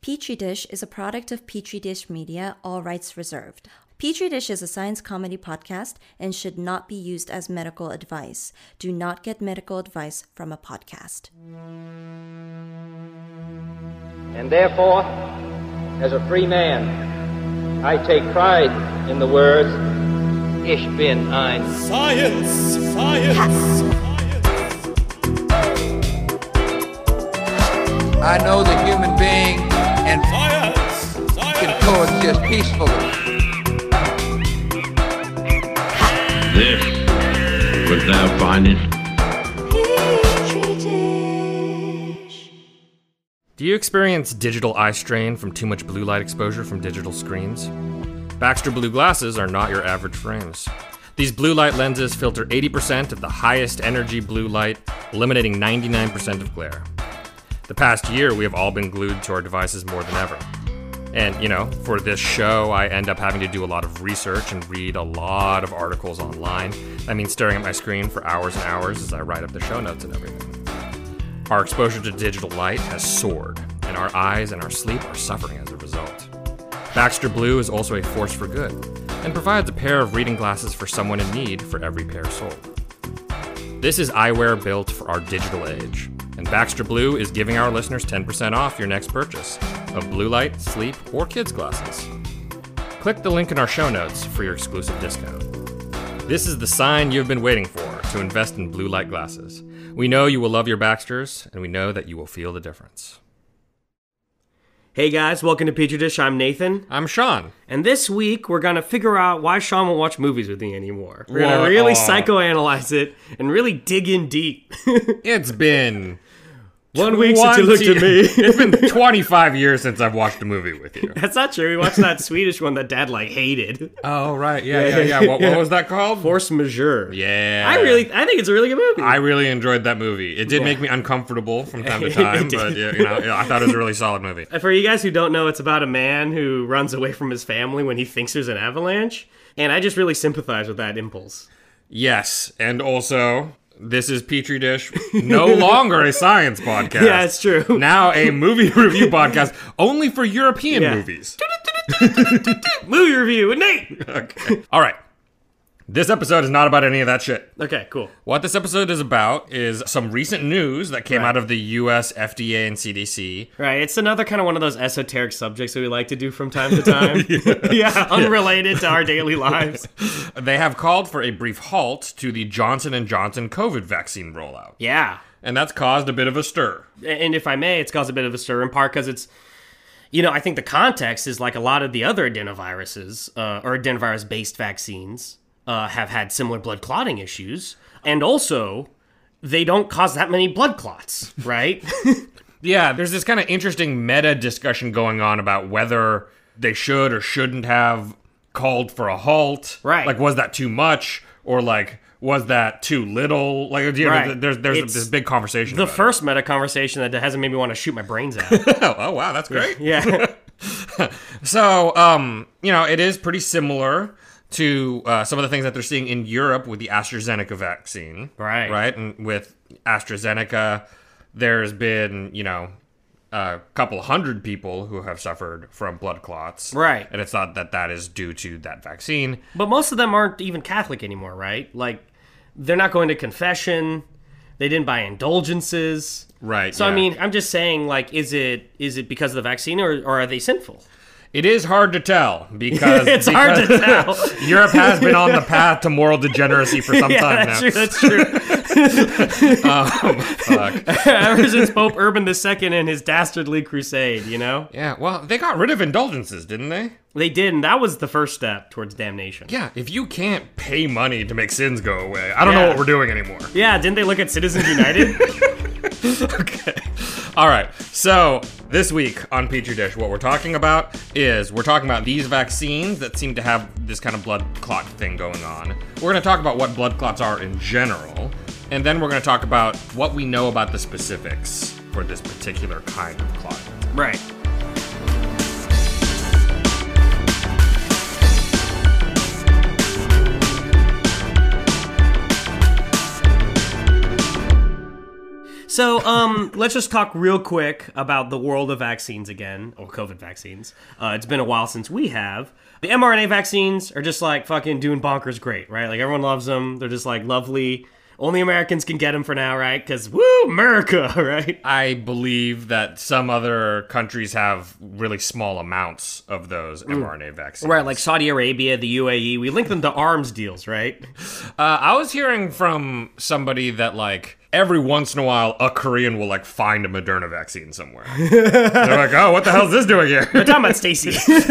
Petri Dish is a product of Petri Dish Media, all rights reserved. Petri Dish is a science comedy podcast and should not be used as medical advice. Do not get medical advice from a podcast. And therefore, as a free man, I take pride in the words, Ich bin ein. Science! Science! I know the human being and Science! Science! f***ing Science! coexist peacefully. This was thou findest. Do you experience digital eye strain from too much blue light exposure from digital screens? Baxter Blue glasses are not your average frames. These blue light lenses filter 80% of the highest energy blue light, eliminating 99% of glare. The past year, we have all been glued to our devices more than ever. And, you know, for this show, I end up having to do a lot of research and read a lot of articles online. That means staring at my screen for hours and hours as I write up the show notes and everything. Our exposure to digital light has soared, and our eyes and our sleep are suffering as a result. Baxter Blue is also a force for good and provides a pair of reading glasses for someone in need for every pair sold. This is eyewear built for our digital age, and Baxter Blue is giving our listeners 10% off your next purchase of blue light, sleep, or kids' glasses. Click the link in our show notes for your exclusive discount. This is the sign you've been waiting for to invest in blue light glasses. We know you will love your Baxters, and we know that you will feel the difference. Hey guys, welcome to Petri Dish. I'm Nathan, I'm Sean. and this week we're gonna figure out why Sean won't watch movies with me anymore. We're What? gonna really Aw. psychoanalyze it and really dig in deep. It's been One week since you looked at 20 me. it's been 25 years since I've watched a movie with you. That's not true. We watched that Swedish one that Dad like hated, Oh right, yeah, yeah, yeah. What, what was that called? Force Majeure. Yeah, I really, I think it's a really good movie. I really enjoyed that movie. It did make me uncomfortable from time to time, but yeah, you know, yeah, I thought it was a really solid movie. For you guys who don't know, it's about a man who runs away from his family when he thinks there's an avalanche, and I just really sympathize with that impulse. Yes, and also this is Petri Dish, no longer a science podcast. Yeah, it's true. Now a movie review podcast only for European Yeah. movies. Movie review with Nate. Okay. All right. This episode is not about any of that shit. Okay, cool. What this episode is about is some recent news that came out of the US FDA and CDC. Right, it's another kind of one of those esoteric subjects that we like to do from time to time. yeah. unrelated to our daily lives. They have called for a brief halt to the Johnson & Johnson COVID vaccine rollout. Yeah. And that's caused a bit of a stir. And if I may, it's caused a bit of a stir in part because it's, you know, I think the context is like a lot of the other adenoviruses uh, or adenovirus based vaccines uh, have had similar blood clotting issues. And also, they don't cause that many blood clots, right? Yeah, there's this kind of interesting meta discussion going on about whether they should or shouldn't have called for a halt. Right. Like, was that too much? Or, like, was that too little? Like, you know, Right. there's, there's It's this big conversation. the about it. first meta conversation that hasn't made me want to shoot my brains out. Oh, oh, wow, that's great. yeah. So, um, you know, it is pretty similar to uh, some of the things that they're seeing in Europe with the AstraZeneca vaccine. Right. Right. And with AstraZeneca, there's been, you know, a couple hundred people who have suffered from blood clots. Right. And it's thought that that is due to that vaccine. But most of them aren't even Catholic anymore, right? Like, they're not going to confession. They didn't buy indulgences. Right, So I yeah. mean, I'm just saying, like, is it is it because of the vaccine or, or are they sinful? It is hard to tell because It's hard to because tell. Europe has been on the path to moral degeneracy for some time that's now. true. That's true. Fuck. Ever since Pope Urban II and his dastardly crusade, you know, Yeah, well, they got rid of indulgences, didn't they? they did, and that was the first step towards damnation. Yeah, if you can't pay money to make sins go away, I don't know Yeah. what we're doing anymore. Yeah, didn't they look at Citizens United? okay. All right. So, this week on Petri Dish, what we're talking about is we're talking about these vaccines that seem to have this kind of blood clot thing going on. We're going to talk about what blood clots are in general, and then we're going to talk about what we know about the specifics for this particular kind of clot. right. So um, let's just talk real quick about the world of vaccines again, or COVID vaccines. Uh, it's been a while since we have. The mRNA vaccines are just like fucking doing bonkers great, right? Like everyone loves them. They're just like lovely. Only Americans can get them for now, right? Because woo, America, right? I believe that some other countries have really small amounts of those mRNA vaccines. Right, like Saudi Arabia, the UAE. We link them to arms deals, right? Uh, I was hearing from somebody that like every once in a while a Korean will like find a Moderna vaccine somewhere. They're like, oh, what the hell's this doing here? We're talking about Stacy.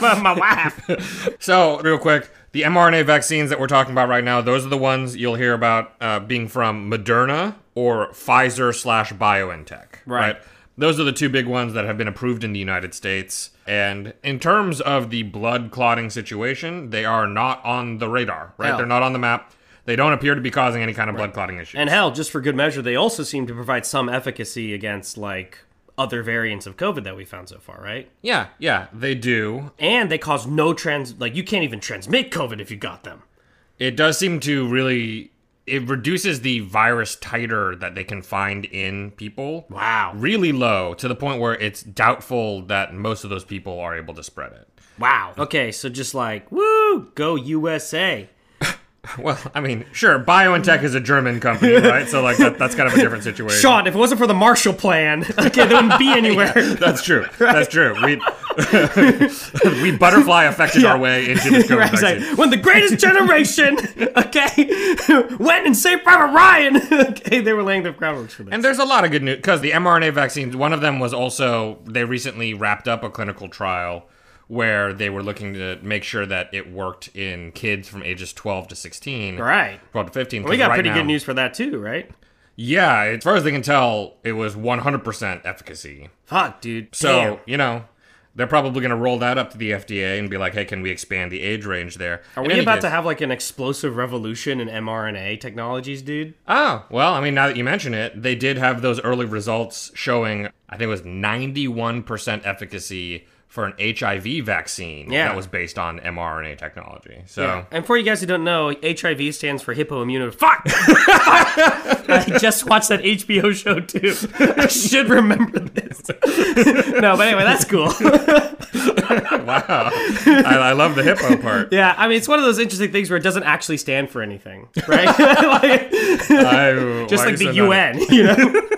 my wife. so real quick. The mRNA vaccines that we're talking about right now, those are the ones you'll hear about uh, being from Moderna or Pfizer slash BioNTech. Right. Those are the two big ones that have been approved in the United States. And in terms of the blood clotting situation, they are not on the radar, right? No. They're not on the map. They don't appear to be causing any kind of blood clotting issue. And hell, just for good measure, they also seem to provide some efficacy against like other variants of COVID that we found so far, right? yeah, yeah, they do. And they cause no trans like you can't even transmit COVID if you got them. It does seem to really it reduces the virus titer that they can find in people. Wow. Really low to the point where it's doubtful that most of those people are able to spread it. Wow. Okay, so just like woo, go USA. Well, I mean, sure, BioNTech is a German company, right? So like that, that's kind of a different situation. Sean, if it wasn't for the Marshall Plan, okay, there wouldn't be anywhere. That's true. That's true. We we butterfly affected our way into this COVID Right, it's like, vaccine. when the greatest generation, okay, went and saved Private Ryan, okay, they were laying the groundwork for this. And there's a lot of good news because the mRNA vaccines. One of them was also they recently wrapped up a clinical trial where they were looking to make sure that it worked in kids from ages 12 to 16, Right. 12 to 15. 'cause we got right pretty now- good news for that too, right? Yeah, as far as they can tell, it was 100% efficacy. Fuck, dude. So, Damn. you know, they're probably going to roll that up to the FDA and be like, hey, can we expand the age range there? Are we about to have like an explosive revolution in mRNA technologies, dude? Oh, well, I mean, now that you mention it, they did have those early results showing, I think it was 91% efficacy for an HIV vaccine Yeah. that was based on mRNA technology. So, And for you guys who don't know, HIV stands for hippoimmune. Fuck! I just watched that HBO show too. I should remember this. no, but anyway, that's cool. wow. I, I love the hippo part. yeah, I mean, it's one of those interesting things where it doesn't actually stand for anything, right? Like, I- just why you said like the that- UN, you know?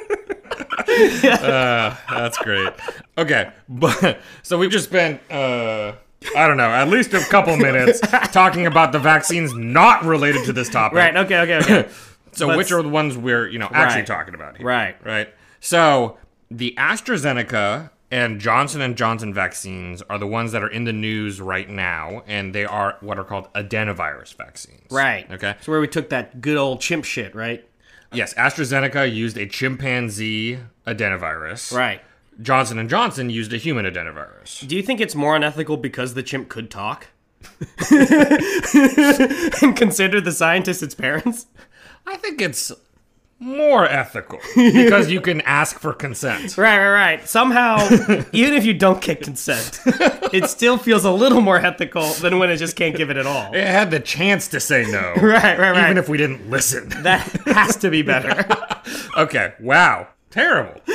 That's great. Okay, but so we've just spent uh I don't know, at least a couple minutes talking about the vaccines not related to this topic. Right, okay, okay, okay. So let's- which are the ones we're, you know, actually Right. talking about here? Right. Right. So the AstraZeneca and Johnson and Johnson vaccines are the ones that are in the news right now and they are what are called adenovirus vaccines. Right. Okay. So where we took that good old chimp shit, right? Yes, AstraZeneca used a chimpanzee adenovirus. Right. Johnson and Johnson used a human adenovirus. Do you think it's more unethical because the chimp could talk? and consider the scientist its parents? I think it's more ethical because you can ask for consent. Right, right, right. Somehow, even if you don't get consent, it still feels a little more ethical than when it just can't give it at all. It had the chance to say no. Right, right, right. Even if we didn't listen. that has to be better. okay, wow. Terrible.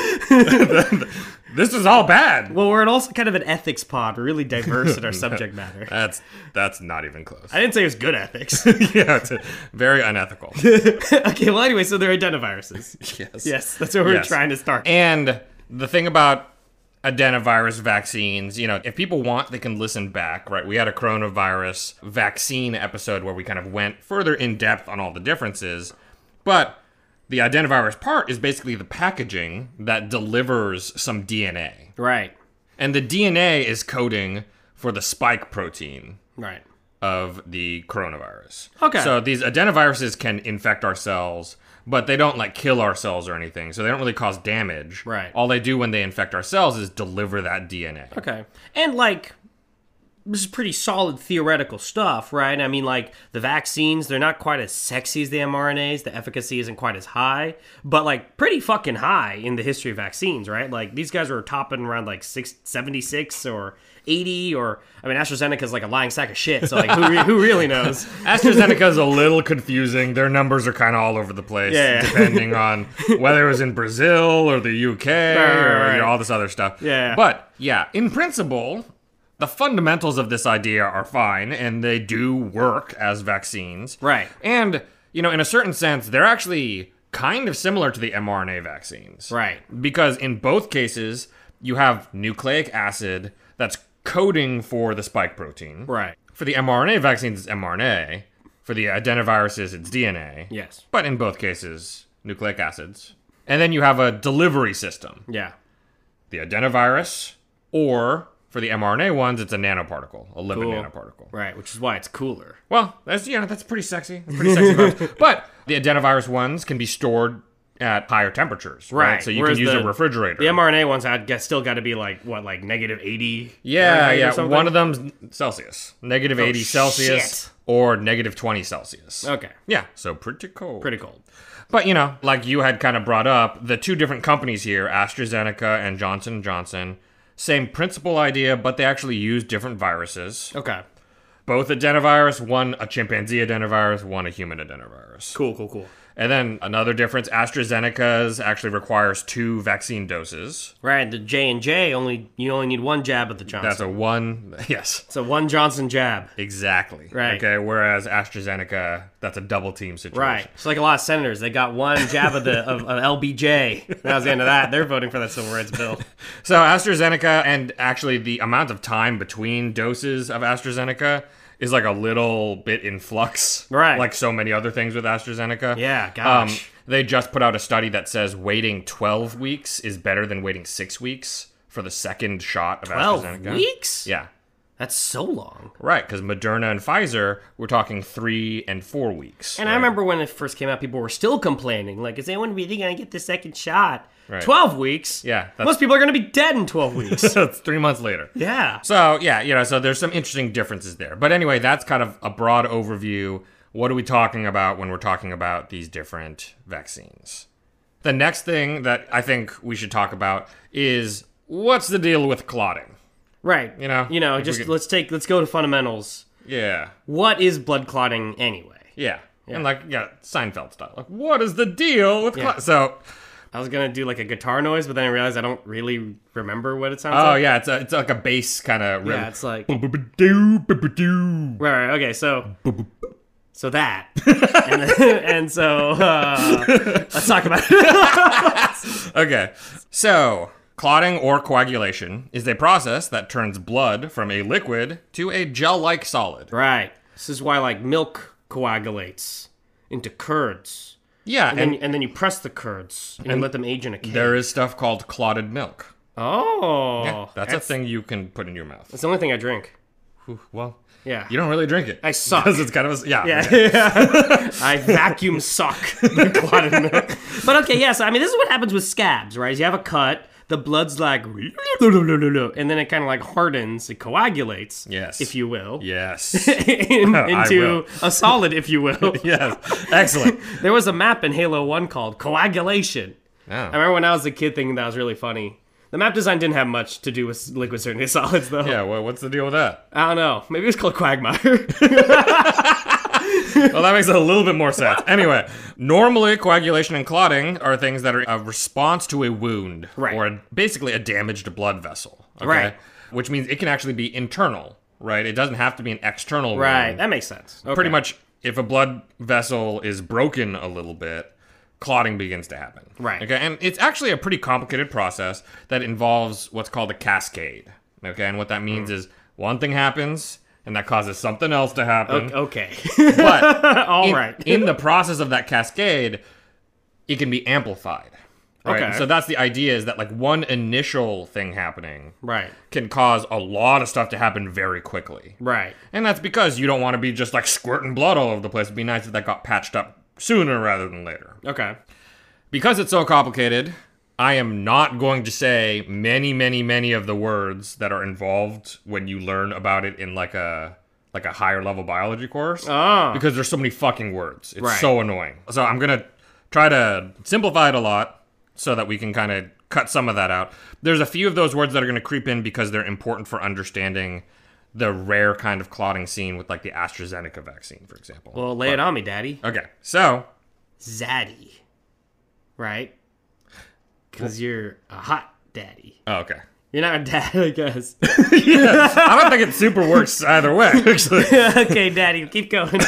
this is all bad. Well, we're also kind of an ethics pod, really diverse in our subject matter. That's that's not even close. I didn't say it was good ethics. yeah, it's very unethical. okay, well, anyway, so they're adenoviruses. Yes. Yes, that's what we're Yes. trying to start. And the thing about adenovirus vaccines, you know, if people want, they can listen back, right? We had a coronavirus vaccine episode where we kind of went further in depth on all the differences. But the adenovirus part is basically the packaging that delivers some DNA. right, And the DNA is coding for the spike protein right. of the coronavirus. Okay. So these adenoviruses can infect our cells, but they don't like kill our cells or anything. So they don't really cause damage. Right. All they do when they infect our cells is deliver that DNA. Okay. And like this is pretty solid theoretical stuff, right? I mean, like the vaccines, they're not quite as sexy as the mRNAs. The efficacy isn't quite as high, but like pretty fucking high in the history of vaccines, right? Like these guys were topping around like six, 76 or 80, or I mean, AstraZeneca's like a lying sack of shit. So like, who, re- who really knows? AstraZeneca is a little confusing. Their numbers are kind of all over the place, Yeah. depending on whether it was in Brazil or the UK or right, you know, right. all this other stuff. Yeah. But yeah, in principle, the fundamentals of this idea are fine and they do work as vaccines. Right. And, you know, in a certain sense, they're actually kind of similar to the mRNA vaccines. Right. Because in both cases, you have nucleic acid that's coding for the spike protein. Right. For the mRNA vaccines, it's mRNA. For the adenoviruses, it's DNA. Yes. But in both cases, nucleic acids. And then you have a delivery system Yeah. the adenovirus, or for the mRNA ones, it's a nanoparticle, a lipid Cool. nanoparticle. Right. Which is why it's cooler. Well, that's you know that's pretty sexy, pretty sexy vibes. But the adenovirus ones can be stored at higher temperatures, right? So you Whereas can use the- a refrigerator. The mRNA ones, I guess, still got to be like what, like negative eighty? yeah, Fahrenheit or yeah. something? Oh, One of them's Celsius, negative eighty Celsius, shit. or negative twenty Celsius. Okay. Yeah, so pretty cold. Pretty cold. But you know, like you had kind of brought up, the two different companies here, AstraZeneca and Johnson and Johnson, same principal idea, but they actually use different viruses. Okay. Both adenovirus, one a chimpanzee adenovirus, one a human adenovirus. Cool. Cool. Cool. And then another difference, AstraZeneca's actually requires two vaccine doses. Right, the J and J only you only need one jab of the Johnson. That's a one yes. it's a one Johnson jab. Exactly. Right. Okay, whereas AstraZeneca, that's a double team situation. Right, it's like a lot of senators. They got one jab of the of, of LBJ. That was the end of that. They're voting for that civil rights bill. So AstraZeneca and actually the amount of time between doses of AstraZeneca is like a little bit in flux. Right. Like so many other things with AstraZeneca. Um, Yeah, gosh. they just put out a study that says waiting 12 weeks is better than waiting 6 weeks for the second shot of Twelve AstraZeneca. weeks? Yeah. that's so long. Right, cuz Moderna and Pfizer we're talking 3 and 4 weeks. And I right? remember when it first came out, people were still complaining. Like, is anyone really gonna get the second shot? Right. Twelve weeks. Yeah, that's- most people are gonna be dead in twelve weeks. so it's 3 months later. yeah. So yeah, you know, so there's some interesting differences there. But anyway, that's kind of a broad overview. What are we talking about when we're talking about these different vaccines? The next thing that I think we should talk about is what's the deal with clotting? Right. You know, You know. if we Just could- let's take let's go to fundamentals. Yeah. What is blood clotting anyway? Yeah. And like yeah, Seinfeld style. Like, what is the deal with clotting? So I was gonna do like a guitar noise, but then I realized I don't really remember what it sounds oh like. yeah, it's a, it's like a bass kind of Yeah, it's like right, rhythm. right. Okay, so so that, and, then- and so uh, let's talk about it. Okay. So, clotting or coagulation is a process that turns blood from a liquid to a gel like solid. right. This is why like milk coagulates into curds, Yeah, and, and, then, and then you press the curds and, you let them age in a cake. there is stuff called clotted milk. oh, Yeah, that's, a thing you can put in your mouth. That's the only thing I drink. Whew, Well, Yeah. you don't really drink it. I suck. Because it's kind of a. Yeah. Yeah. okay. I vacuum suck the clotted milk. But okay, yes, I mean this is what happens with scabs, right? Is you have a cut, the blood's like and then it kind of like hardens, it coagulates, Yes. if you will. Yes. in- I into will. a solid, if you will. yes. Excellent. There was a map in Halo 1 called Coagulation. I Yeah. remember when I was a kid thinking that was really funny. The map design didn't have much to do with liquid certainty solids, though. Yeah, well, what's the deal with that? I don't know. Maybe it was called Quagmire. Well, that makes a little bit more sense. Anyway, normally coagulation and clotting are things that are a response to a wound Right. or a, basically a damaged blood vessel. Okay? Right. Which means it can actually be internal, right? It doesn't have to be an external right. wound. That makes sense. Pretty Okay. much, if a blood vessel is broken a little bit, clotting begins to happen. Right. Okay. And it's actually a pretty complicated process that involves what's called a cascade. Okay. And what that means Hmm. is one thing happens. And that causes something else to happen. Okay. oh, But All in, right. in the process of that cascade, it can be amplified. Right. Okay. So that's the idea is that like one initial thing happening Right. can cause a lot of stuff to happen very quickly. Right. And that's because you don't want to be just like squirting blood all over the place. It'd be nice if that got patched up sooner rather than later. Okay. Because it's so complicated, I am not going to say many, many, many of the words that are involved when you learn about it in like a like a higher level biology course. Oh, Because there's so many fucking words. It's Right. so annoying. So I'm gonna try to simplify it a lot so that we can kind of cut some of that out. There's a few of those words that are gonna creep in because they're important for understanding the rare kind of clotting seen with like the AstraZeneca vaccine, for example. Well, lay it on me, Daddy. okay. So Zaddy, right? Because you're a hot daddy. oh, okay. You're not a dad, I guess. I don't think it super works either way, actually. okay, Daddy, keep going.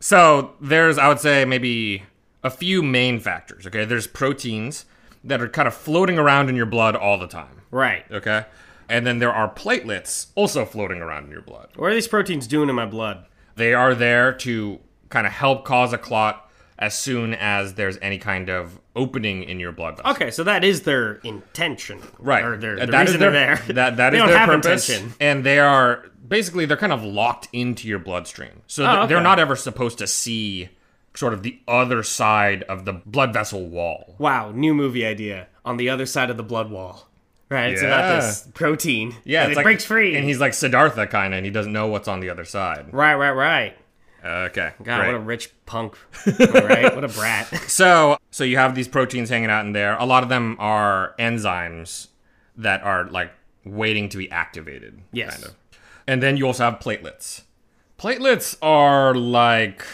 So there's, I would say, maybe a few main factors. Okay, there's proteins that are kind of floating around in your blood all the time. right. Okay, and then there are platelets also floating around in your blood. What are these proteins doing in my blood? They are there to kind of help cause a clot as soon as there's any kind of opening in your blood vessel. Okay, so that is their intention, Right. Or their Uh, the that is reason they're their- there. That, that they is don't their have purpose. intention. And they are basically they're kind of locked into your bloodstream. So th- Oh, okay. they're not ever supposed to see sort of the other side of the blood vessel wall. Wow, new movie idea on the other side of the blood wall. Right, it's Yeah. about this protein. Yeah, and it's it like, breaks free. And he's like Siddhartha kind of, and he doesn't know what's on the other side. right, right, right. Okay, God, great. what a rich punk. All right, what a brat. So, so you have these proteins hanging out in there. A lot of them are enzymes that are like waiting to be activated. Yes. And then you also have platelets. Platelets are like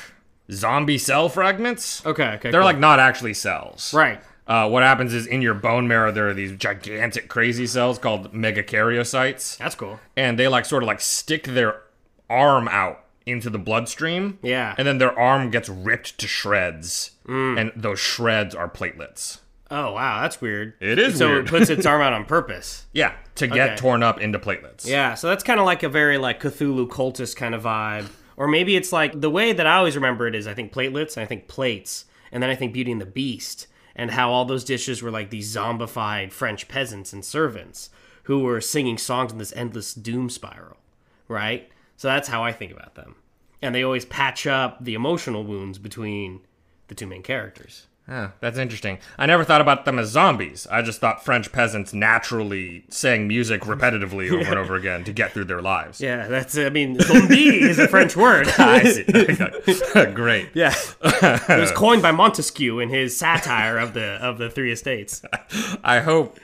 zombie cell fragments. Okay, okay, They're cool. like not actually cells. Right. Uh, what happens is in your bone marrow there are these gigantic crazy cells called megakaryocytes, That's cool. and they like sort of like stick their arm out into the bloodstream. Yeah. Mm. And then their arm gets ripped to shreds, and those shreds are platelets. Oh wow, that's weird. It is so weird. it puts its arm out on purpose. Yeah, to get Okay. torn up into platelets. Yeah, so that's kind of like a very like Cthulhu cultist kind of vibe, or maybe it's like the way that I always remember it is I think platelets and I think plates, and then I think Beauty and the Beast, and how all those dishes were like these zombified French peasants and servants who were singing songs in this endless doom spiral, right? So that's how I think about them, and they always patch up the emotional wounds between the two main characters. Huh, that's interesting. I never thought about them as zombies. I just thought French peasants naturally sang music repetitively over and over again to get through their lives. Yeah, that's I mean, zombie is a French word. I see. Okay. Great. Yeah, it was coined by Montesquieu in his satire of the of the Three Estates. I hope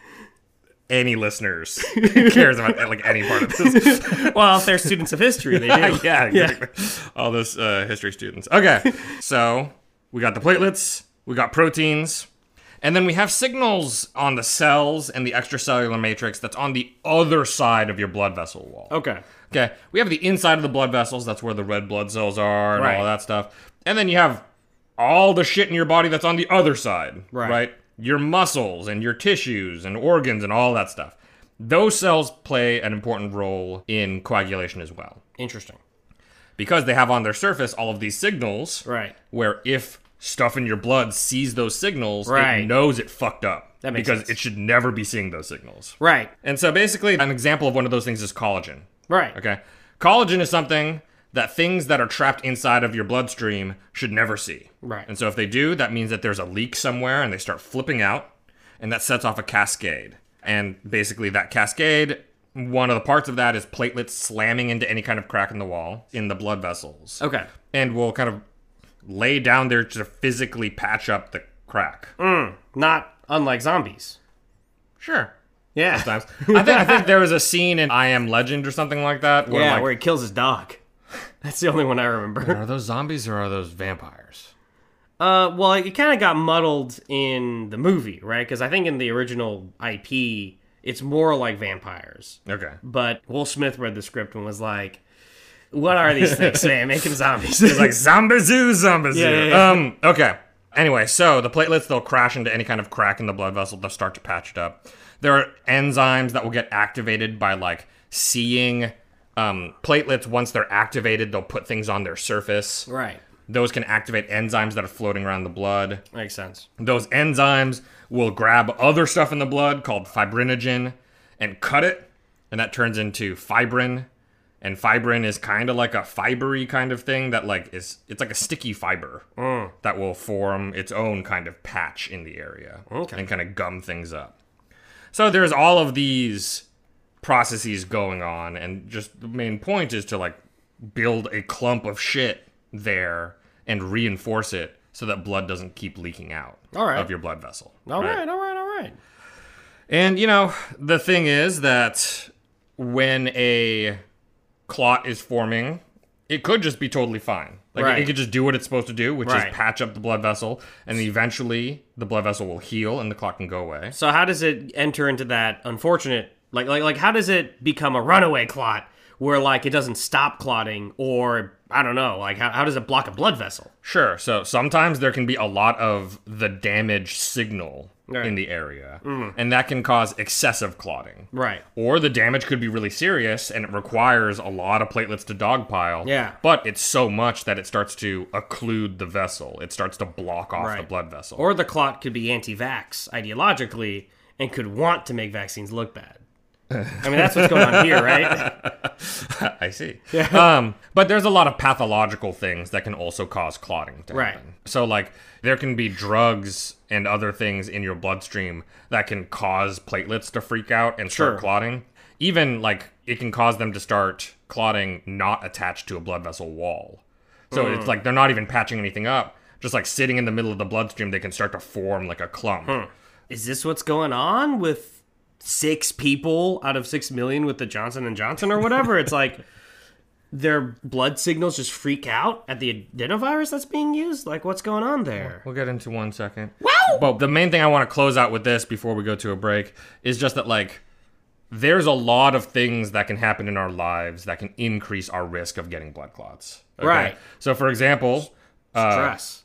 any listeners cares about like any part of this. Well, if they're students of history, they do. yeah, exactly. All those uh, history students. Okay, so we got the platelets, we got proteins, and then we have signals on the cells and the extracellular matrix that's on the other side of your blood vessel wall. Okay. Okay, we have the inside of the blood vessels. That's where the red blood cells are and Right. all that stuff. And then you have all the shit in your body that's on the other side, Right. Your muscles and your tissues and organs and all that stuff. Those cells play an important role in coagulation as well Interesting. because they have on their surface all of these signals. Right. Where if stuff in your blood sees those signals, Right. it knows it fucked up That makes because sense. it should never be seeing those signals. Right. And so basically, an example of one of those things is collagen. Right. Okay. Collagen is something that things that are trapped inside of your bloodstream should never see. Right. And so if they do, that means that there's a leak somewhere and they start flipping out and that sets off a cascade. And basically that cascade, one of the parts of that is platelets slamming into any kind of crack in the wall in the blood vessels. Okay. And will kind of lay down there to physically patch up the crack. Mm. Not unlike zombies. Sure. Yeah. Sometimes. I think I think there was a scene in I Am Legend or something like that where yeah, like where he kills his dog. That's the only one I remember. Are those zombies or are those vampires? Uh, well, it kind of got muddled in the movie, right? Because I think in the original IP, it's more like vampires. Okay. But Will Smith read the script and was like, "What are these things, man? Make them zombies." It's like zombie zoo, zombie zoo. Yeah, yeah, yeah. Um, okay. Anyway, so the platelets they'll crash into any kind of crack in the blood vessel. They'll start to patch it up. There are enzymes that will get activated by like seeing um, platelets. Once they're activated, they'll put things on their surface. right. Those can activate enzymes that are floating around the blood. Makes sense. Those enzymes will grab other stuff in the blood called fibrinogen and cut it, and that turns into fibrin. and fibrin is kind of like a fibery kind of thing that like is it's like a sticky fiber Mm. that will form its own kind of patch in the area Okay. and kind of gum things up. So there's all of these processes going on and just the main point is to like build a clump of shit there and reinforce it so that blood doesn't keep leaking out All right. of your blood vessel. All right, all right, all right. And you know, the thing is that when a clot is forming, it could just be totally fine. Like Right. it could just do what it's supposed to do, which Right. is patch up the blood vessel, and eventually the blood vessel will heal and the clot can go away. So how does it enter into that unfortunate like like like how does it become a runaway clot where like it doesn't stop clotting or I don't know, like how, how does it block a blood vessel? Sure. So sometimes there can be a lot of the damage signal Right. Mm-hmm. in the area, and that can cause excessive clotting. Right. Or the damage could be really serious and it requires a lot of platelets to dogpile. Yeah. But it's so much that it starts to occlude the vessel. It starts to block off the Right. blood vessel. Or the clot could be anti-vax ideologically and could want to make vaccines look bad. I mean that's what's going on here, right? I see. Um, but there's a lot of pathological things that can also cause clotting to happen. Right. So like there can be drugs and other things in your bloodstream that can cause platelets to freak out and start Sure. clotting. Even like it can cause them to start clotting not attached to a blood vessel wall. So Mm. it's like they're not even patching anything up. Just like sitting in the middle of the bloodstream, they can start to form like a clump. Hmm. Is this what's going on with six people out of 6 million with the Johnson and Johnson or whatever? it's like their blood signals just freak out at the adenovirus that's being used? Like what's going on there? We'll get into one second. Wow! But the main thing I want to close out with this before we go to a break is just that, like, there's a lot of things that can happen in our lives that can increase our risk of getting blood clots. okay? Right. So, for example, uh, Stress.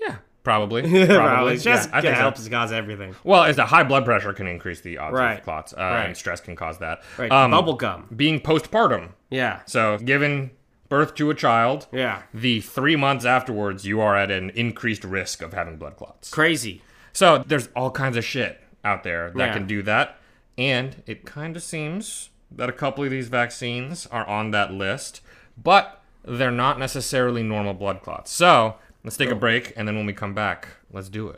yeah, probably, probably, Stress yeah, I think so. helps cause everything. Well, is that high blood pressure can increase the odds Right. of clots, uh, Right. and stress can cause that. Right. Um, Bubble gum. Being postpartum, Yeah. so giving birth to a child, Yeah. the three months afterwards, you are at an increased risk of having blood clots. Crazy. So there's all kinds of shit out there that Yeah. can do that. And it kind of seems that a couple of these vaccines are on that list, but they're not necessarily normal blood clots. So let's take a break, and then when we come back, let's do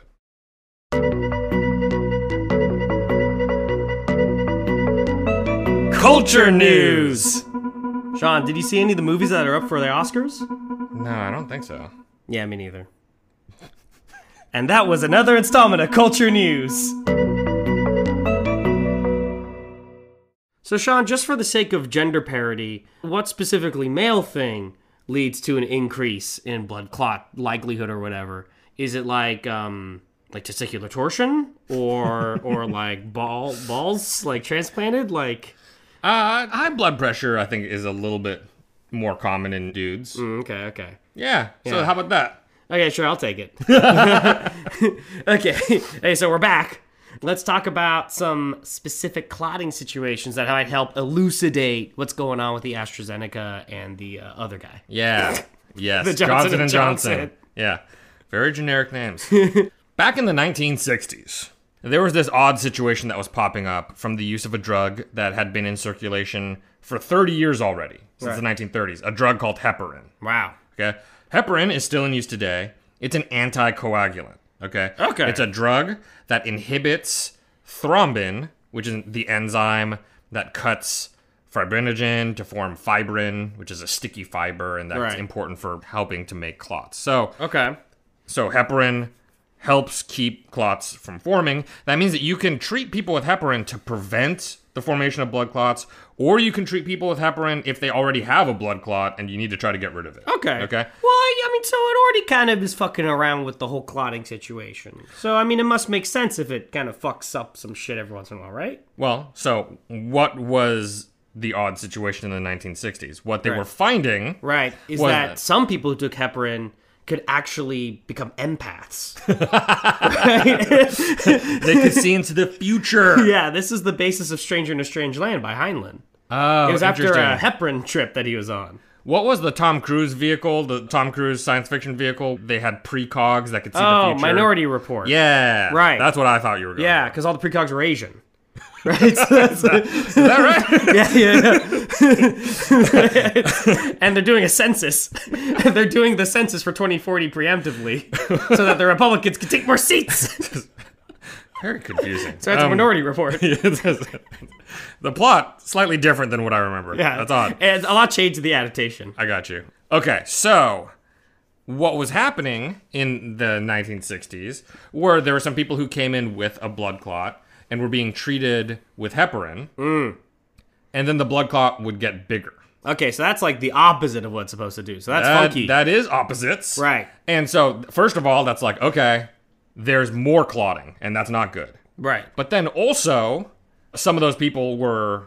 it. Culture news. Sean, did you see any of the movies that are up for the Oscars? No, I don't think so. Yeah, me neither. And that was another installment of Culture News. So, Sean, just for the sake of gender parity, what specifically male thing leads to an increase in blood clot likelihood or whatever? Is it like um, like testicular torsion or or like ball balls like transplanted? Like Uh, high blood pressure, I think, is a little bit more common in dudes. okay, okay. Yeah. So how about that? Okay, sure, I'll take it. okay, hey, so we're back. Let's talk about some specific clotting situations that might help elucidate what's going on with the AstraZeneca and the uh, other guy. Yeah. Yes. The Johnson Johnson and and Johnson. Johnson. Yeah. Very generic names. Back in the 1960s, there was this odd situation that was popping up from the use of a drug that had been in circulation for 30 years already, since the 1930s, a drug called heparin. Wow. Okay. Heparin is still in use today. It's an anticoagulant. Okay. Okay. It's a drug that inhibits thrombin, which is the enzyme that cuts fibrinogen to form fibrin, which is a sticky fiber, and that's Right. important for helping to make clots. So, Okay. so heparin helps keep clots from forming. That means that you can treat people with heparin to prevent the formation of blood clots, or you can treat people with heparin if they already have a blood clot and you need to try to get rid of it. Okay. Okay. Well, I I mean, so it already kind of is fucking around with the whole clotting situation. So, I mean, it must make sense if it kind of fucks up some shit every once in a while, right? Well, so what was the odd situation in the 1960s? What they Right. were finding Right. Is Was that it? some people who took heparin could actually become empaths. Right? they could see into the future. Yeah, this is the basis of Stranger in a Strange Land by Heinlein. Oh, It was after uh, a interesting. heparin trip that he was on. what was the Tom Cruise vehicle? The Tom Cruise science fiction vehicle? They had precogs that could see the Oh, future. Minority Report. Yeah. Right. That's what I thought you were going. Yeah, because all the precogs were Asian. Right? So that's- Is that right? yeah, yeah, yeah. and they're doing a census. they're doing the census for 2040 preemptively so that the Republicans can take more seats. Very confusing. Um, So that's a minority report. Yeah. the plot slightly different than what I remember. that's odd. And a lot changed in the adaptation. I got you. Okay, so what was happening in the 1960s were there were some people who came in with a blood clot and were being treated with heparin, Mm. and then the blood clot would get bigger. Okay, so that's like the opposite of what it's supposed to do. So that's That- funky. That is opposites. Right. And so, first of all, that's like, okay, there's more clotting, and that's not good. right. But then also, some of those people were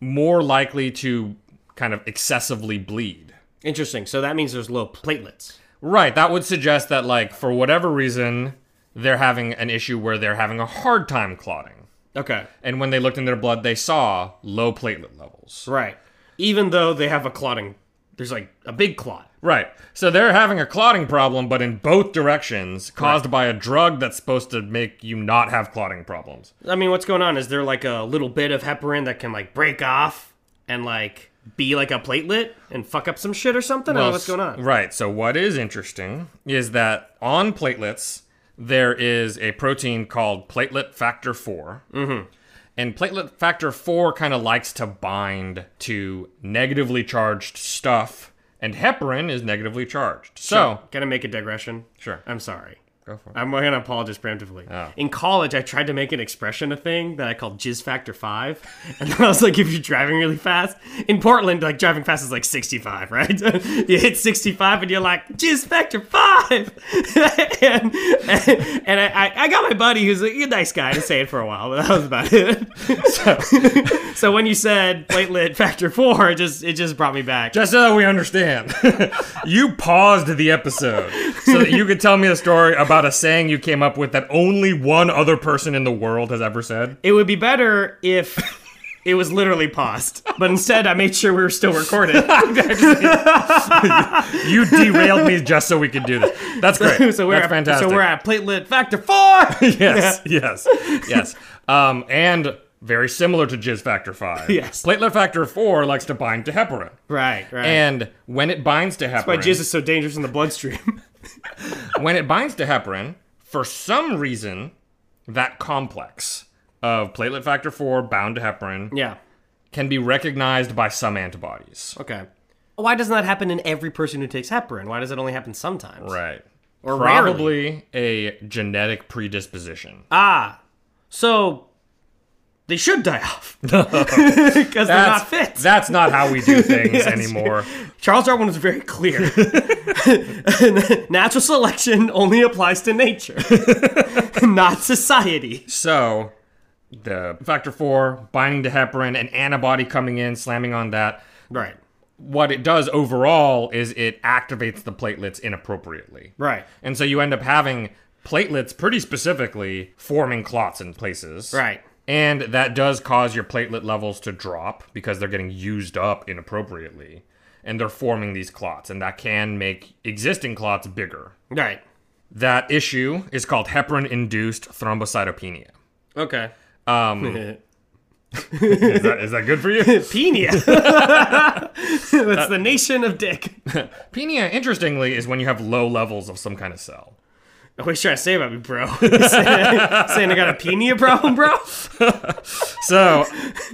more likely to kind of excessively bleed. Interesting. So that means there's low platelets. Right. That would suggest that, like, for whatever reason, they're having an issue where they're having a hard time clotting. Okay. And when they looked in their blood, they saw low platelet levels. Right. Even though they have a clotting, there's like a big clot. Right. So they're having a clotting problem, but in both directions, caused by a drug that's supposed to make you not have clotting problems. I mean, what's going on? Is there like a little bit of heparin that can like break off and like be like a platelet and fuck up some shit or something? I don't know what's going on? Right. So what is interesting is that on platelets there is a protein called platelet factor 4 Mm-hmm. And platelet factor four kind of likes to bind to negatively charged stuff, and heparin is negatively charged. So Can I make a digression? Sure. I'm sorry. go for it. I'm going to apologize preemptively. In college, I tried to make an expression a thing that I called jizz factor five. And then I was like, if you're driving really fast, in Portland, like driving fast is like 65, right? you hit 65 and you're like, jizz factor five. and and I, I, I got my buddy who's a nice guy to say it for a while, but that was about it. so, so when you said platelet factor four, it just, it just brought me back. Just so that we understand, you paused the episode so that you could tell me a story about a saying you came up with that only one other person in the world has ever said. It would be better if it was literally paused, but instead I made sure we were still recorded. You derailed me just so we could do this. That's great. so we're That's at, fantastic. So we're at platelet factor four. yes, yes, yes. Um, and very similar to Jizz Factor 5. Yes. Platelet Factor 4 likes to bind to heparin. right, right. And when it binds to heparin, why jizz is so dangerous in the bloodstream. when it binds to heparin, for some reason, that complex of platelet factor 4 bound to heparin yeah. can be recognized by some antibodies. Okay. Why doesn't that happen in every person who takes heparin? Why does it only happen sometimes? Right. Or rarely? Probably a genetic predisposition. Ah. So they should die off because they're not fit. That's not how we do things anymore. Charles Darwin was very clear. Natural selection only applies to nature, not society. So, the factor four binding to heparin, an antibody coming in, slamming on that. Right. What it does overall is it activates the platelets inappropriately. Right. And so you end up having platelets pretty specifically forming clots in places. Right. And that does cause your platelet levels to drop because they're getting used up inappropriately. And they're forming these clots, and that can make existing clots bigger. Right. That issue is called heparin induced thrombocytopenia. Okay. Um, Is that, is that good for you? Penia. That's the nation of dick. Penia, interestingly, is when you have low levels of some kind of cell. What you trying to say about me, bro? saying, I got a penia problem, bro? So,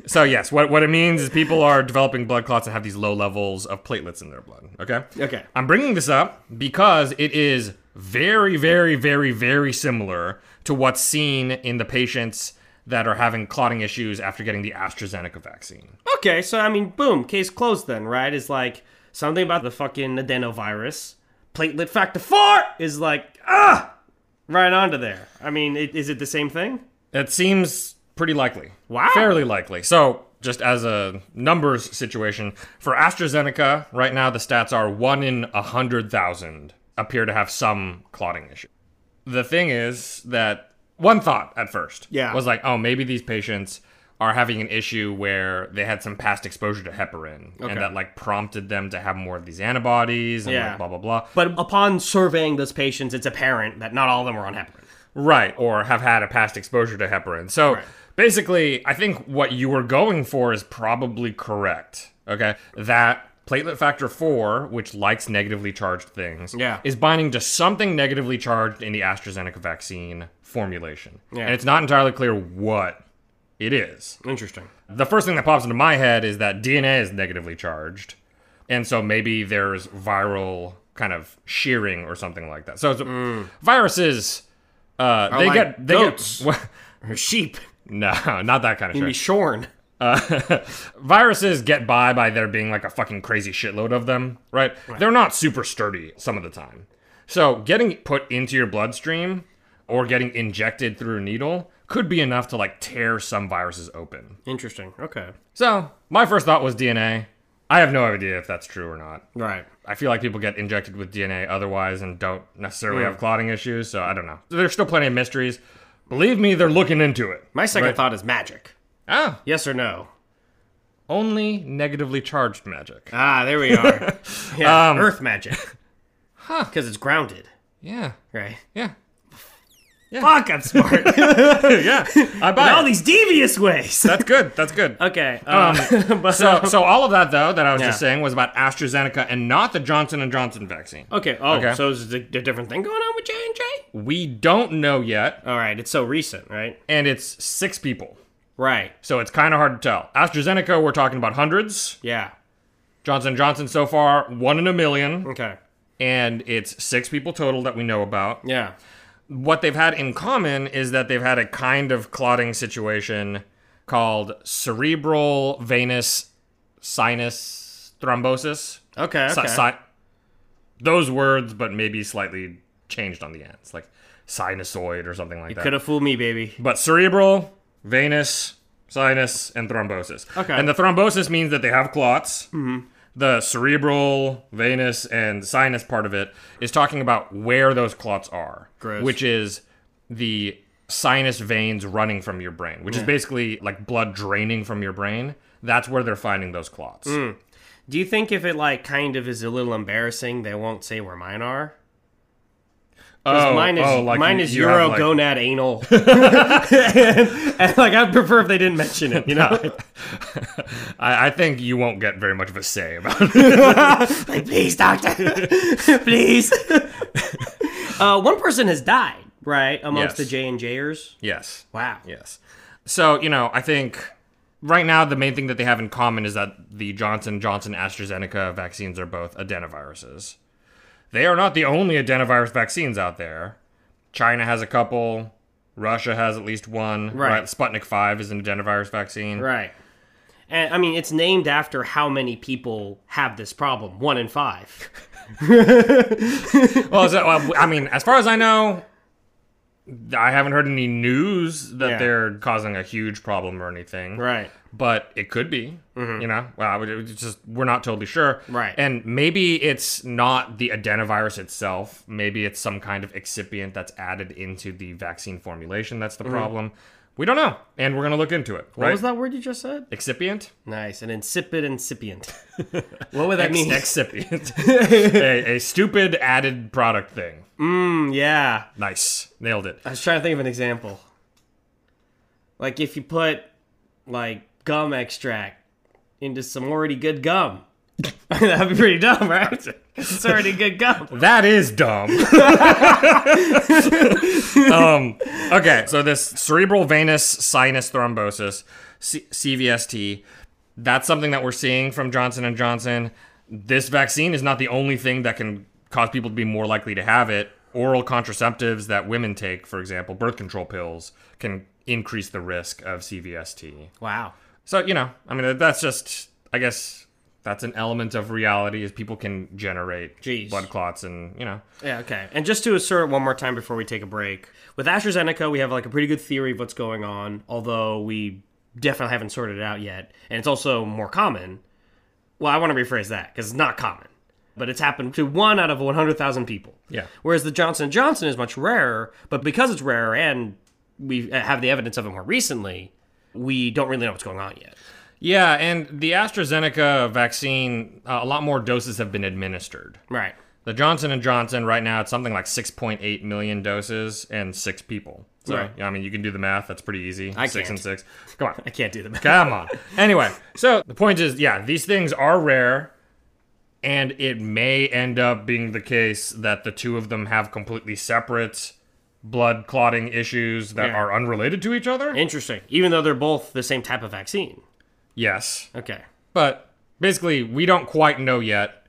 so yes, what, what it means is people are developing blood clots and have these low levels of platelets in their blood. Okay. Okay. I'm bringing this up because it is very, very, very, very similar to what's seen in the patients that are having clotting issues after getting the AstraZeneca vaccine. Okay, so I mean, boom, case closed then, right? Is like something about the fucking adenovirus. Platelet factor four is like, ah, right onto there. I mean, it, is it the same thing? That seems pretty likely. Wow. Fairly likely. So, just as a numbers situation, for AstraZeneca, right now the stats are 1 in 100,000 appear to have some clotting issue. The thing is that one thought at first Yeah. was like, oh, maybe these patients are having an issue where they had some past exposure to heparin Okay. and that like prompted them to have more of these antibodies and Yeah. like blah blah blah. But upon surveying those patients, it's apparent that not all of them were on heparin. Right, or have had a past exposure to heparin. So basically, I think what you were going for is probably correct. Okay, that platelet factor four, which likes negatively charged things, Yeah. is binding to something negatively charged in the AstraZeneca vaccine formulation, Yeah. and it's not entirely clear what it is. Interesting. The first thing that pops into my head is that DNA is negatively charged. And so maybe there's viral kind of shearing or something like that. So it's, viruses, uh, they like get they goats. get Or sheep. no, not that kind of Can shit. be shorn. Uh, viruses get by by there being like a fucking crazy shitload of them, right? They're not super sturdy some of the time. So getting put into your bloodstream or getting injected through a needle could be enough to like tear some viruses open. Interesting. Okay. So, my first thought was DNA. I have no idea if that's true or not. Right. I feel like people get injected with DNA otherwise and don't necessarily have clotting issues, so I don't know. There's still plenty of mysteries. Believe me, they're looking into it. My second Right. thought is magic. Ah, Yes or no? only negatively charged magic. Ah, there we are. yeah, Earth magic. Um, Huh? Because it's grounded, Yeah, right? yeah. Fuck, I'm smart. I buy all it. these devious ways. That's good. That's good. okay. Um, but, So, so all of that though that I was just Yeah. saying was about AstraZeneca and not the Johnson and Johnson vaccine. okay. Oh, Okay. so is a, a different thing going on with J and J? We don't know yet, All right. It's so recent, right? and it's six people, Right. so it's kind of hard to tell. AstraZeneca, we're talking about hundreds. Yeah. Johnson Johnson so far one in a million, Okay. and it's six people total that we know about. Yeah. What they've had in common is that they've had a kind of clotting situation called cerebral venous sinus thrombosis. Okay. Si- Okay. si- those words, but maybe slightly changed on the ends, like sinusoid or something like Could that. have fooled me, baby. But cerebral, venous, sinus, and thrombosis. Okay. Mm-hmm. And the thrombosis means that they have clots. The cerebral, venous, and sinus part of it is talking about where those clots are, Gross. which is the sinus veins running from your brain, which is basically like blood draining from your brain. That's where they're finding those clots. Mm. Do you think if it like kind of is a little embarrassing, they won't say where mine are? 'Cause mine is mine is you have, Euro Oh, like- gonad anal. and, and, like I'd prefer if they didn't mention it. You know, I, I think you won't get very much of a say about it. like please, doctor, please. uh, one person has died, right, Yes. amongst the J and Jers. Yes. Wow. Yes. So, you know, I think right now the main thing that they have in common is that the Johnson Johnson AstraZeneca vaccines are both adenoviruses. They are not the only adenovirus vaccines out there. China has a couple. Russia has at least one. Right. Sputnik 5 is an adenovirus vaccine. Right. And I mean, it's named after how many people have this problem. One in five. Well, so, well, I mean, as far as I know, I haven't heard any news that Yeah. they're causing a huge problem or anything. but it could be. You know, well, I would- it's just we're not totally sure. Mm-hmm. Right. And maybe it's not the adenovirus itself. Maybe it's some kind of excipient that's added into the vaccine formulation that's the problem. We don't know, and we're gonna look into it. Mm-hmm. What was that word you just said? Excipient. Nice. An insipid incipient. what would that Ex- mean? excipient. a, a stupid added product thing. yeah. Nice, nailed it. I was trying to think of an example. Like if you put like gum extract into some already good gum. That'd be pretty dumb, right? It's already good gum. That is dumb. um, okay, so this cerebral venous sinus thrombosis, C- CVST, that's something that we're seeing from Johnson and Johnson. This vaccine is not the only thing that can cause people to be more likely to have it. Oral contraceptives that women take, for example, birth control pills, can increase the risk of CVST. Wow. So, you know, I mean, that's just, I guess, that's an element of reality is people can generate Jeez. blood clots and, you know. Yeah, okay. And just to assert one more time before we take a break, with AstraZeneca, we have like a pretty good theory of what's going on, although we definitely haven't sorted it out yet. And it's also more common. Well, I want to rephrase that because it's not common, but it's happened to one out of 100,000 people. Yeah. Whereas the Johnson & Johnson is much rarer, but because it's rarer and we uh, have the evidence of it more recently, we don't really know what's going on yet. Yeah, and the AstraZeneca vaccine, uh, a lot more doses have been administered. Right. The Johnson and Johnson right now it's something like 6.8 million doses and six people. So Right. yeah, I mean you can do the math. That's pretty easy. I 6 and can't. six. Come on. I can't do them. Come on. Anyway, so the point is, yeah, these things are rare, and it may end up being the case that the two of them have completely separate blood clotting issues that Yeah. are unrelated to each other. Interesting. Even though they're both the same type of vaccine. yes. Okay. But basically, we don't quite know yet.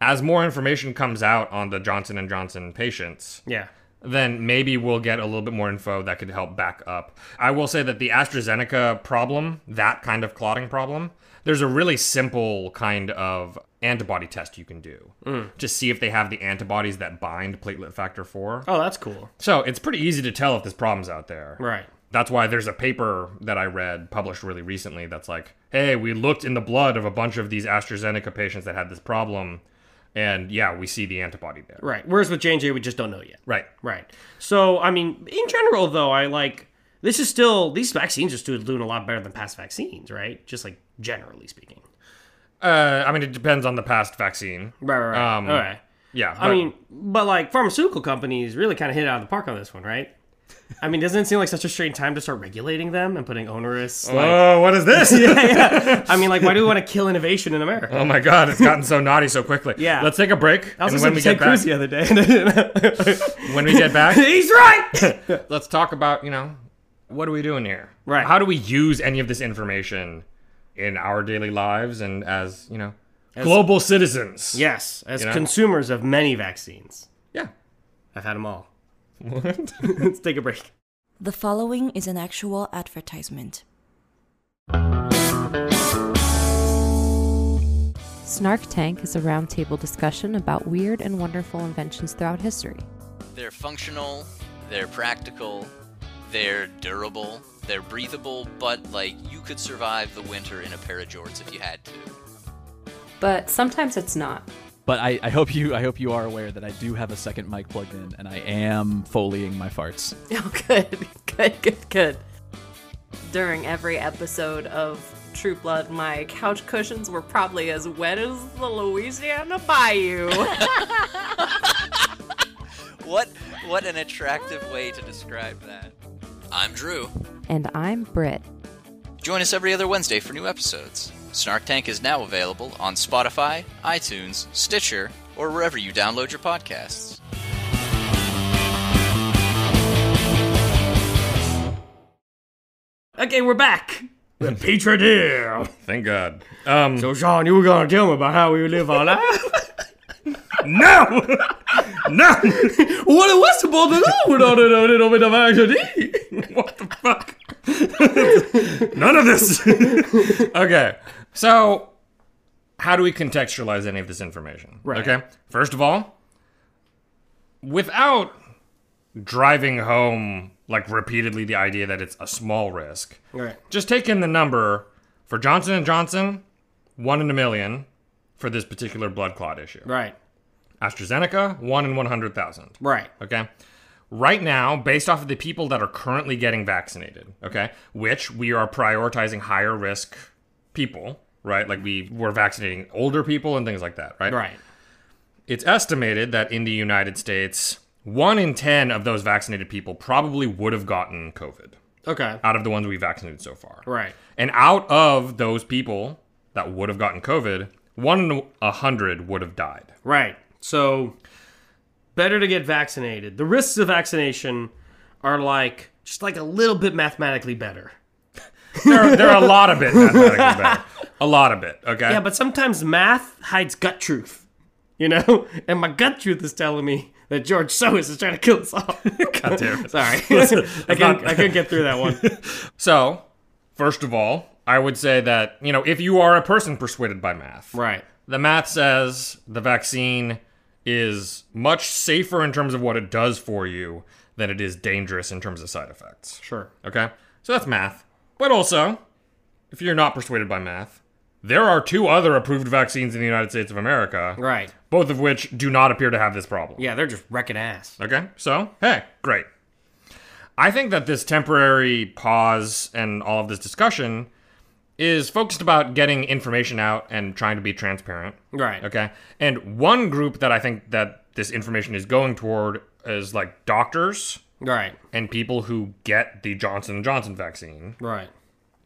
As more information comes out on the Johnson and Johnson patients, Yeah. then maybe we'll get a little bit more info that could help back up. I will say that the AstraZeneca problem, that kind of clotting problem, there's a really simple kind of antibody test you can do Hmm. to see if they have the antibodies that bind platelet factor 4. Oh, that's cool. So it's pretty easy to tell if this problem's out there. Right. That's why there's a paper that I read published really recently that's like, hey, we looked in the blood of a bunch of these AstraZeneca patients that had this problem, and yeah, we see the antibody there. Right. Whereas with J and J, we just don't know yet. Right. Right. So, I mean, in general, though, I like this is still these vaccines are still doing a lot better than past vaccines, right? Just like generally speaking. Uh, I mean, it depends on the past vaccine. Right. Right. Right. Um, All right. Yeah. I but- mean, but like pharmaceutical companies really kind of hit it out of the park on this one, right? I mean, doesn't it seem like such a strange time to start regulating them and putting onerous? Like, oh, what is this? I mean, like, why do we want to kill innovation in America? Oh my God, it's gotten so naughty so quickly. Yeah. Let's take a break. I was and when listening to we get Ted back, Cruz the other day. when we get back, He's right. let's talk about you know what are we doing here? Right. How do we use any of this information in our daily lives and as you know global citizens? yes, as know? consumers of many vaccines, Yeah. I've had them all. What? Let's take a break. The following is an actual advertisement. Snark Tank is a roundtable discussion about weird and wonderful inventions throughout history. They're functional, they're practical, they're durable, they're breathable, but like you could survive the winter in a pair of jorts if you had to. But sometimes it's not. But I, I hope you I hope you are aware that I do have a second mic plugged in and I am foleying my farts. Oh, good. Good, good, good. During every episode of True Blood, my couch cushions were probably as wet as the Louisiana Bayou. What what an attractive way to describe that. I'm Drew. and I'm Britt. Join us every other Wednesday for new episodes. Snark Tank is now available on Spotify, iTunes, Stitcher, or wherever you download your podcasts. Okay, we're back. The Petri deal. Thank God. Um, So, Sean, you were gonna tell me about how we live our life. no, no. what am I supposed to know without a little bit of anxiety? what the fuck? None of this. okay. So, how do we contextualize any of this information? Right. Okay. First of all, without driving home like repeatedly the idea that it's a small risk, Right. just take in the number for Johnson and Johnson, one in a million for this particular blood clot issue. Right. AstraZeneca, one in one hundred thousand. Right. Okay. Right now, based off of the people that are currently getting vaccinated, okay, which we are prioritizing higher risk people, right? Like we we're vaccinating older people and things like that, right? Right. It's estimated that in the United States, one in 10 of those vaccinated people probably would have gotten COVID Okay. out of the ones we vaccinated so far. Right. And out of those people that would have gotten COVID, one in a hundred would have died. Right. So better to get vaccinated. The risks of vaccination are like just like a little bit mathematically better. There are, there are a lot of it mathematically better. A lot of it, okay? Yeah, but sometimes math hides gut truth. You know? And my gut truth is telling me that George Soros is trying to kill us all. God damn it. Sorry. I it's not- couldn't I couldn't get through that one. So, first of all, I would say that, you know, if you are a person persuaded by math, Right. the math says the vaccine is much safer in terms of what it does for you than it is dangerous in terms of side effects. Sure. Okay? So that's math. But also, if you're not persuaded by math, there are two other approved vaccines in the United States of America, Right. both of which do not appear to have this problem. Yeah, they're just wrecking ass. Okay, so hey, great. I think that this temporary pause and all of this discussion is focused about getting information out and trying to be transparent. Right. Okay. And one group that I think that this information is going toward is like doctors Right. and people who get the Johnson and Johnson vaccine. Right.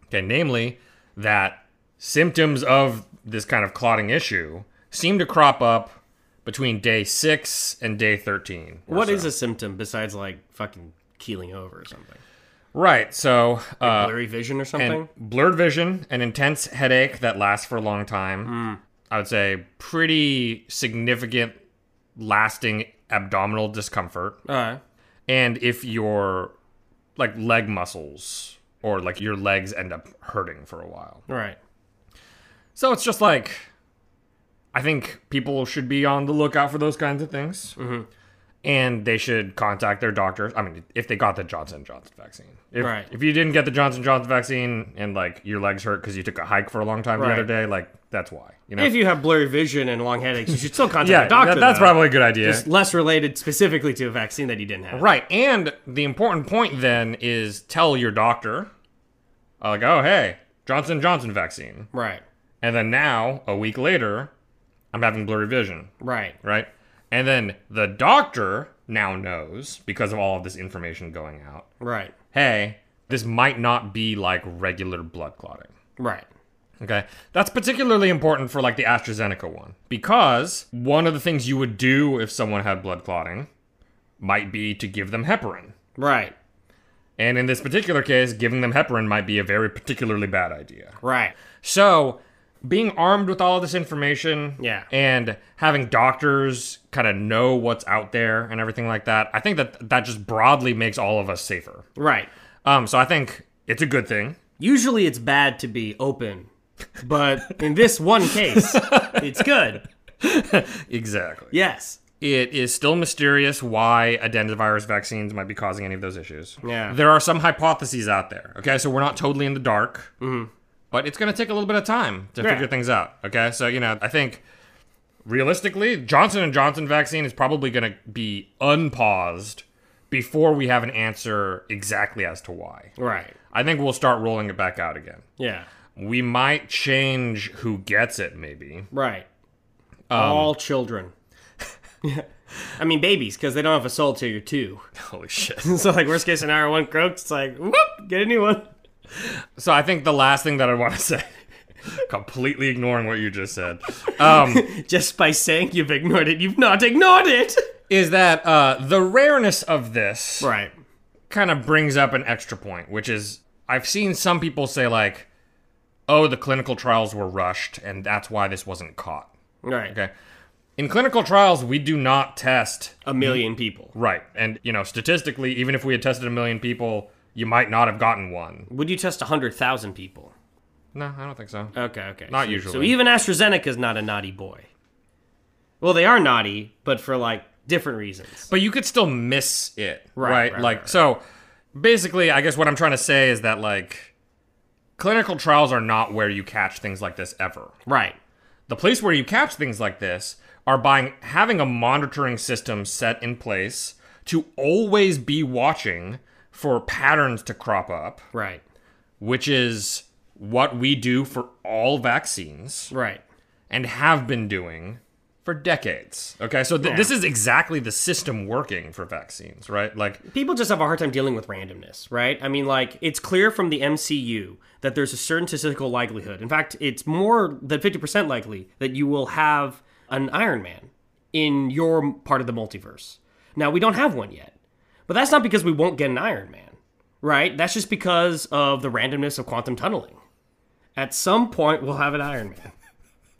Okay, namely that symptoms of this kind of clotting issue seem to crop up between day 6 and day 13. or What is so. a symptom besides like fucking keeling over or something? Right. So, uh Blurry vision or something? and blurred vision, an intense headache that lasts for a long time. I would say pretty significant lasting abdominal discomfort. All right. and if your like leg muscles or like your legs end up hurting for a while. All right. So it's just like I think people should be on the lookout for those kinds of things. Mm-hmm. And they should contact their doctors. I mean, if they got the Johnson Johnson vaccine, if, Right. If you didn't get the Johnson Johnson vaccine and like your legs hurt because you took a hike for a long time the Right. other day, like that's why. You know, If you have blurry vision and long headaches, you should still contact yeah, a doctor. that- that's though. probably a good idea. It's less related specifically to a vaccine that you didn't have. Right. And the important point then is tell your doctor, uh, like, oh, hey, Johnson Johnson vaccine. Right. And then now, a week later, I'm having blurry vision, Right. right? And then the doctor now knows because of all of this information going out, Right. hey, this might not be like regular blood clotting. Right. Okay. That's particularly important for like the AstraZeneca one because one of the things you would do if someone had blood clotting might be to give them heparin. Right. And in this particular case, giving them heparin might be a very particularly bad idea. Right. So, being armed with all this information Yeah. and having doctors kind of know what's out there and everything like that, I think that that just broadly makes all of us safer. Right. Um, so, I think it's a good thing. Usually it's bad to be open, but in this one case, it's good. Exactly. Yes. It is still mysterious why adenovirus vaccines might be causing any of those issues. Yeah. There are some hypotheses out there. Okay, so we're not totally in the dark, but it's going to take a little bit of time to Mm-hmm. Yeah. figure things out. Okay, so you know, I think realistically, Johnson and Johnson vaccine is probably going to be unpaused before we have an answer exactly as to why. Right. I think we'll start rolling it back out again. Yeah. We might change who gets it, maybe. Right. All children. I mean, babies, because they don't have a soul till you're two. Holy shit. so, like, worst case scenario, one croaks, it's like, whoop, get a new one. So I think the last thing that I want to say, completely ignoring what you just said, um, Just by saying you've ignored it, you've not ignored it. is that uh, the rareness of this Right. kind of brings up an extra point, which is I've seen some people say like, "Oh, the clinical trials were rushed, and that's why this wasn't caught." Right. Okay. In clinical trials, we do not test A million people. right, and you know statistically, even if we had tested a million people, you might not have gotten one. Would you test 100,000 people? No, I don't think so. Okay, okay. Not So- usually. So even AstraZeneca's not a naughty boy. Well, they are naughty, but for like different reasons. but you could still miss it right, Right, right, like right. so basically i guess what i'm trying to say is that like clinical trials are not where you catch things like this ever Right. the place where you catch things like this are by having a monitoring system set in place to always be watching for patterns to crop up Right. which is what we do for all vaccines Right. and have been doing for decades. Okay, so th- this is exactly the system working for vaccines, right? Like, People just have a hard time dealing with randomness, right? I mean, like, it's clear from the MCU that there's a certain statistical likelihood. In fact, it's more than 50% likely that you will have an Iron Man in your m- part of the multiverse. Now, we don't have one yet, but that's not because we won't get an Iron Man, right? That's just because of the randomness of quantum tunneling. At some point, we'll have an Iron Man.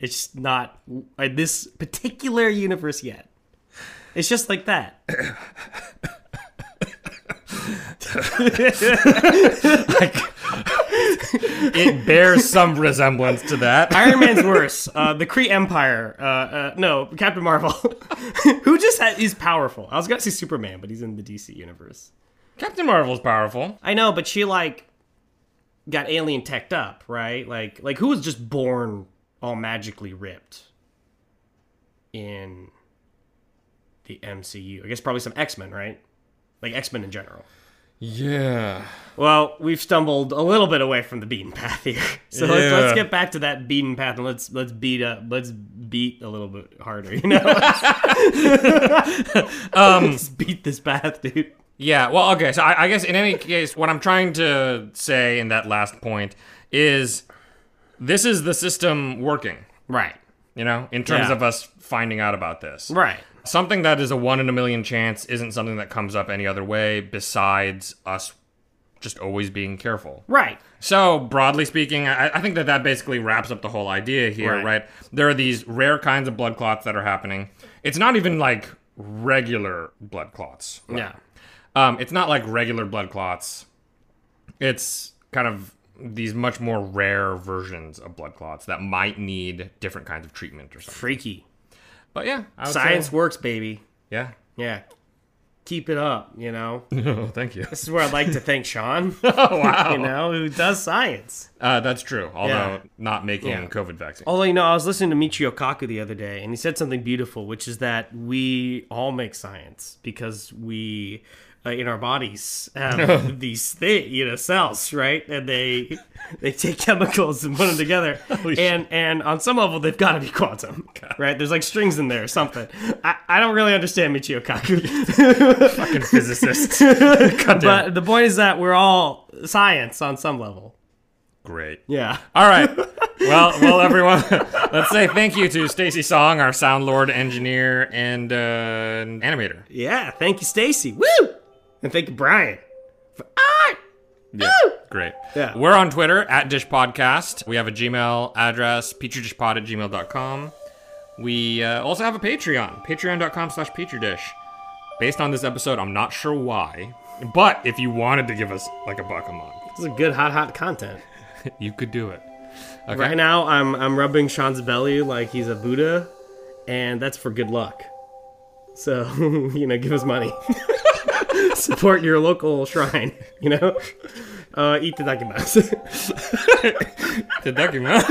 It's just not uh, this particular universe yet. It's just like that. it bears some resemblance to that. Iron Man's worse. Uh, the Kree Empire. Uh, uh, no, Captain Marvel. Who just ha- is powerful? I was gonna say Superman, but he's in the DC universe. Captain Marvel's powerful. I know, but she like got alien teched up, right? Like, like who was just born all magically ripped in the MCU? I guess probably some X Men, right? Like X Men in general. Yeah. Well, we've stumbled a little bit away from the beaten path here, so let's, Yeah. let's get back to that beaten path and let's let's beat up, let's beat a little bit harder, you know. um, let's beat this path, dude. Yeah, well, okay. So I, I guess in any case, what I'm trying to say in that last point is this is the system working, Right, you know, in terms Yeah. of us finding out about this. right, Something that is a one in a million chance isn't something that comes up any other way besides us just always being careful. right. So, broadly speaking, I, I think that that basically wraps up the whole idea here, Right. right. There are these rare kinds of blood clots that are happening. It's not even like regular blood clots. Like, Yeah, um, it's not like regular blood clots. It's kind of these much more rare versions of blood clots that might need different kinds of treatment or something. freaky. But yeah, I would Science say- works, baby. yeah. Yeah, keep it up. You know, this oh, thank you. is where I'd like to thank Sean. Oh wow. you know, who does science. uh, that's true. Although Yeah. not making Yeah. COVID vaccine. Although you know, I was listening to Michio Kaku the other day, and he said something beautiful, which is that we all make science because we, uh, in our bodies, have these thi- you know cells, right? And they they take chemicals and put them together, and and on some level they've got to be quantum, right? There's like strings in there or something. I, I don't really understand Michio Kaku, Fucking physicist. damn but the point is that we're all science on some level. Great. Yeah. All right. Well, well, everyone. let's say thank you to Stacy Song, our sound lord, engineer, and uh, animator. Yeah, thank you, Stacy. Woo! And thank you, Brian. For ah! art! Yeah. Great. Yeah. We're on Twitter at Dish Podcast. We have a Gmail address, petridishpod at gmail.com. We uh, also have a Patreon, patreon.com slash petridish. Based on this episode, I'm not sure why, but if you wanted to give us like a buck a month, This is good hot hot content. you could do it. Okay. Right now I'm I'm rubbing Sean's belly like he's a Buddha, and that's for good luck. So, you know, give us money. Support your local shrine, you know? Uh, eat the dakimasu. Did that come out?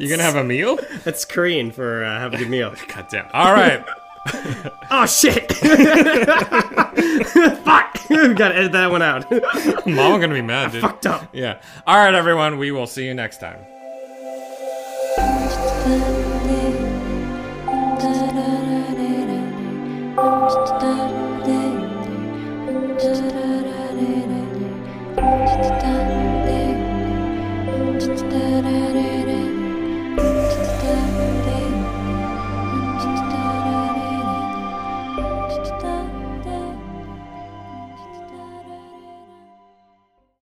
You're going to have a meal? That's Korean for uh, have a good meal. God damn. All right. Oh shit! Fuck! We gotta edit that one out. Mom, I'm going to be mad, dude. Fucked up. Yeah. All right, everyone. We will see you next time.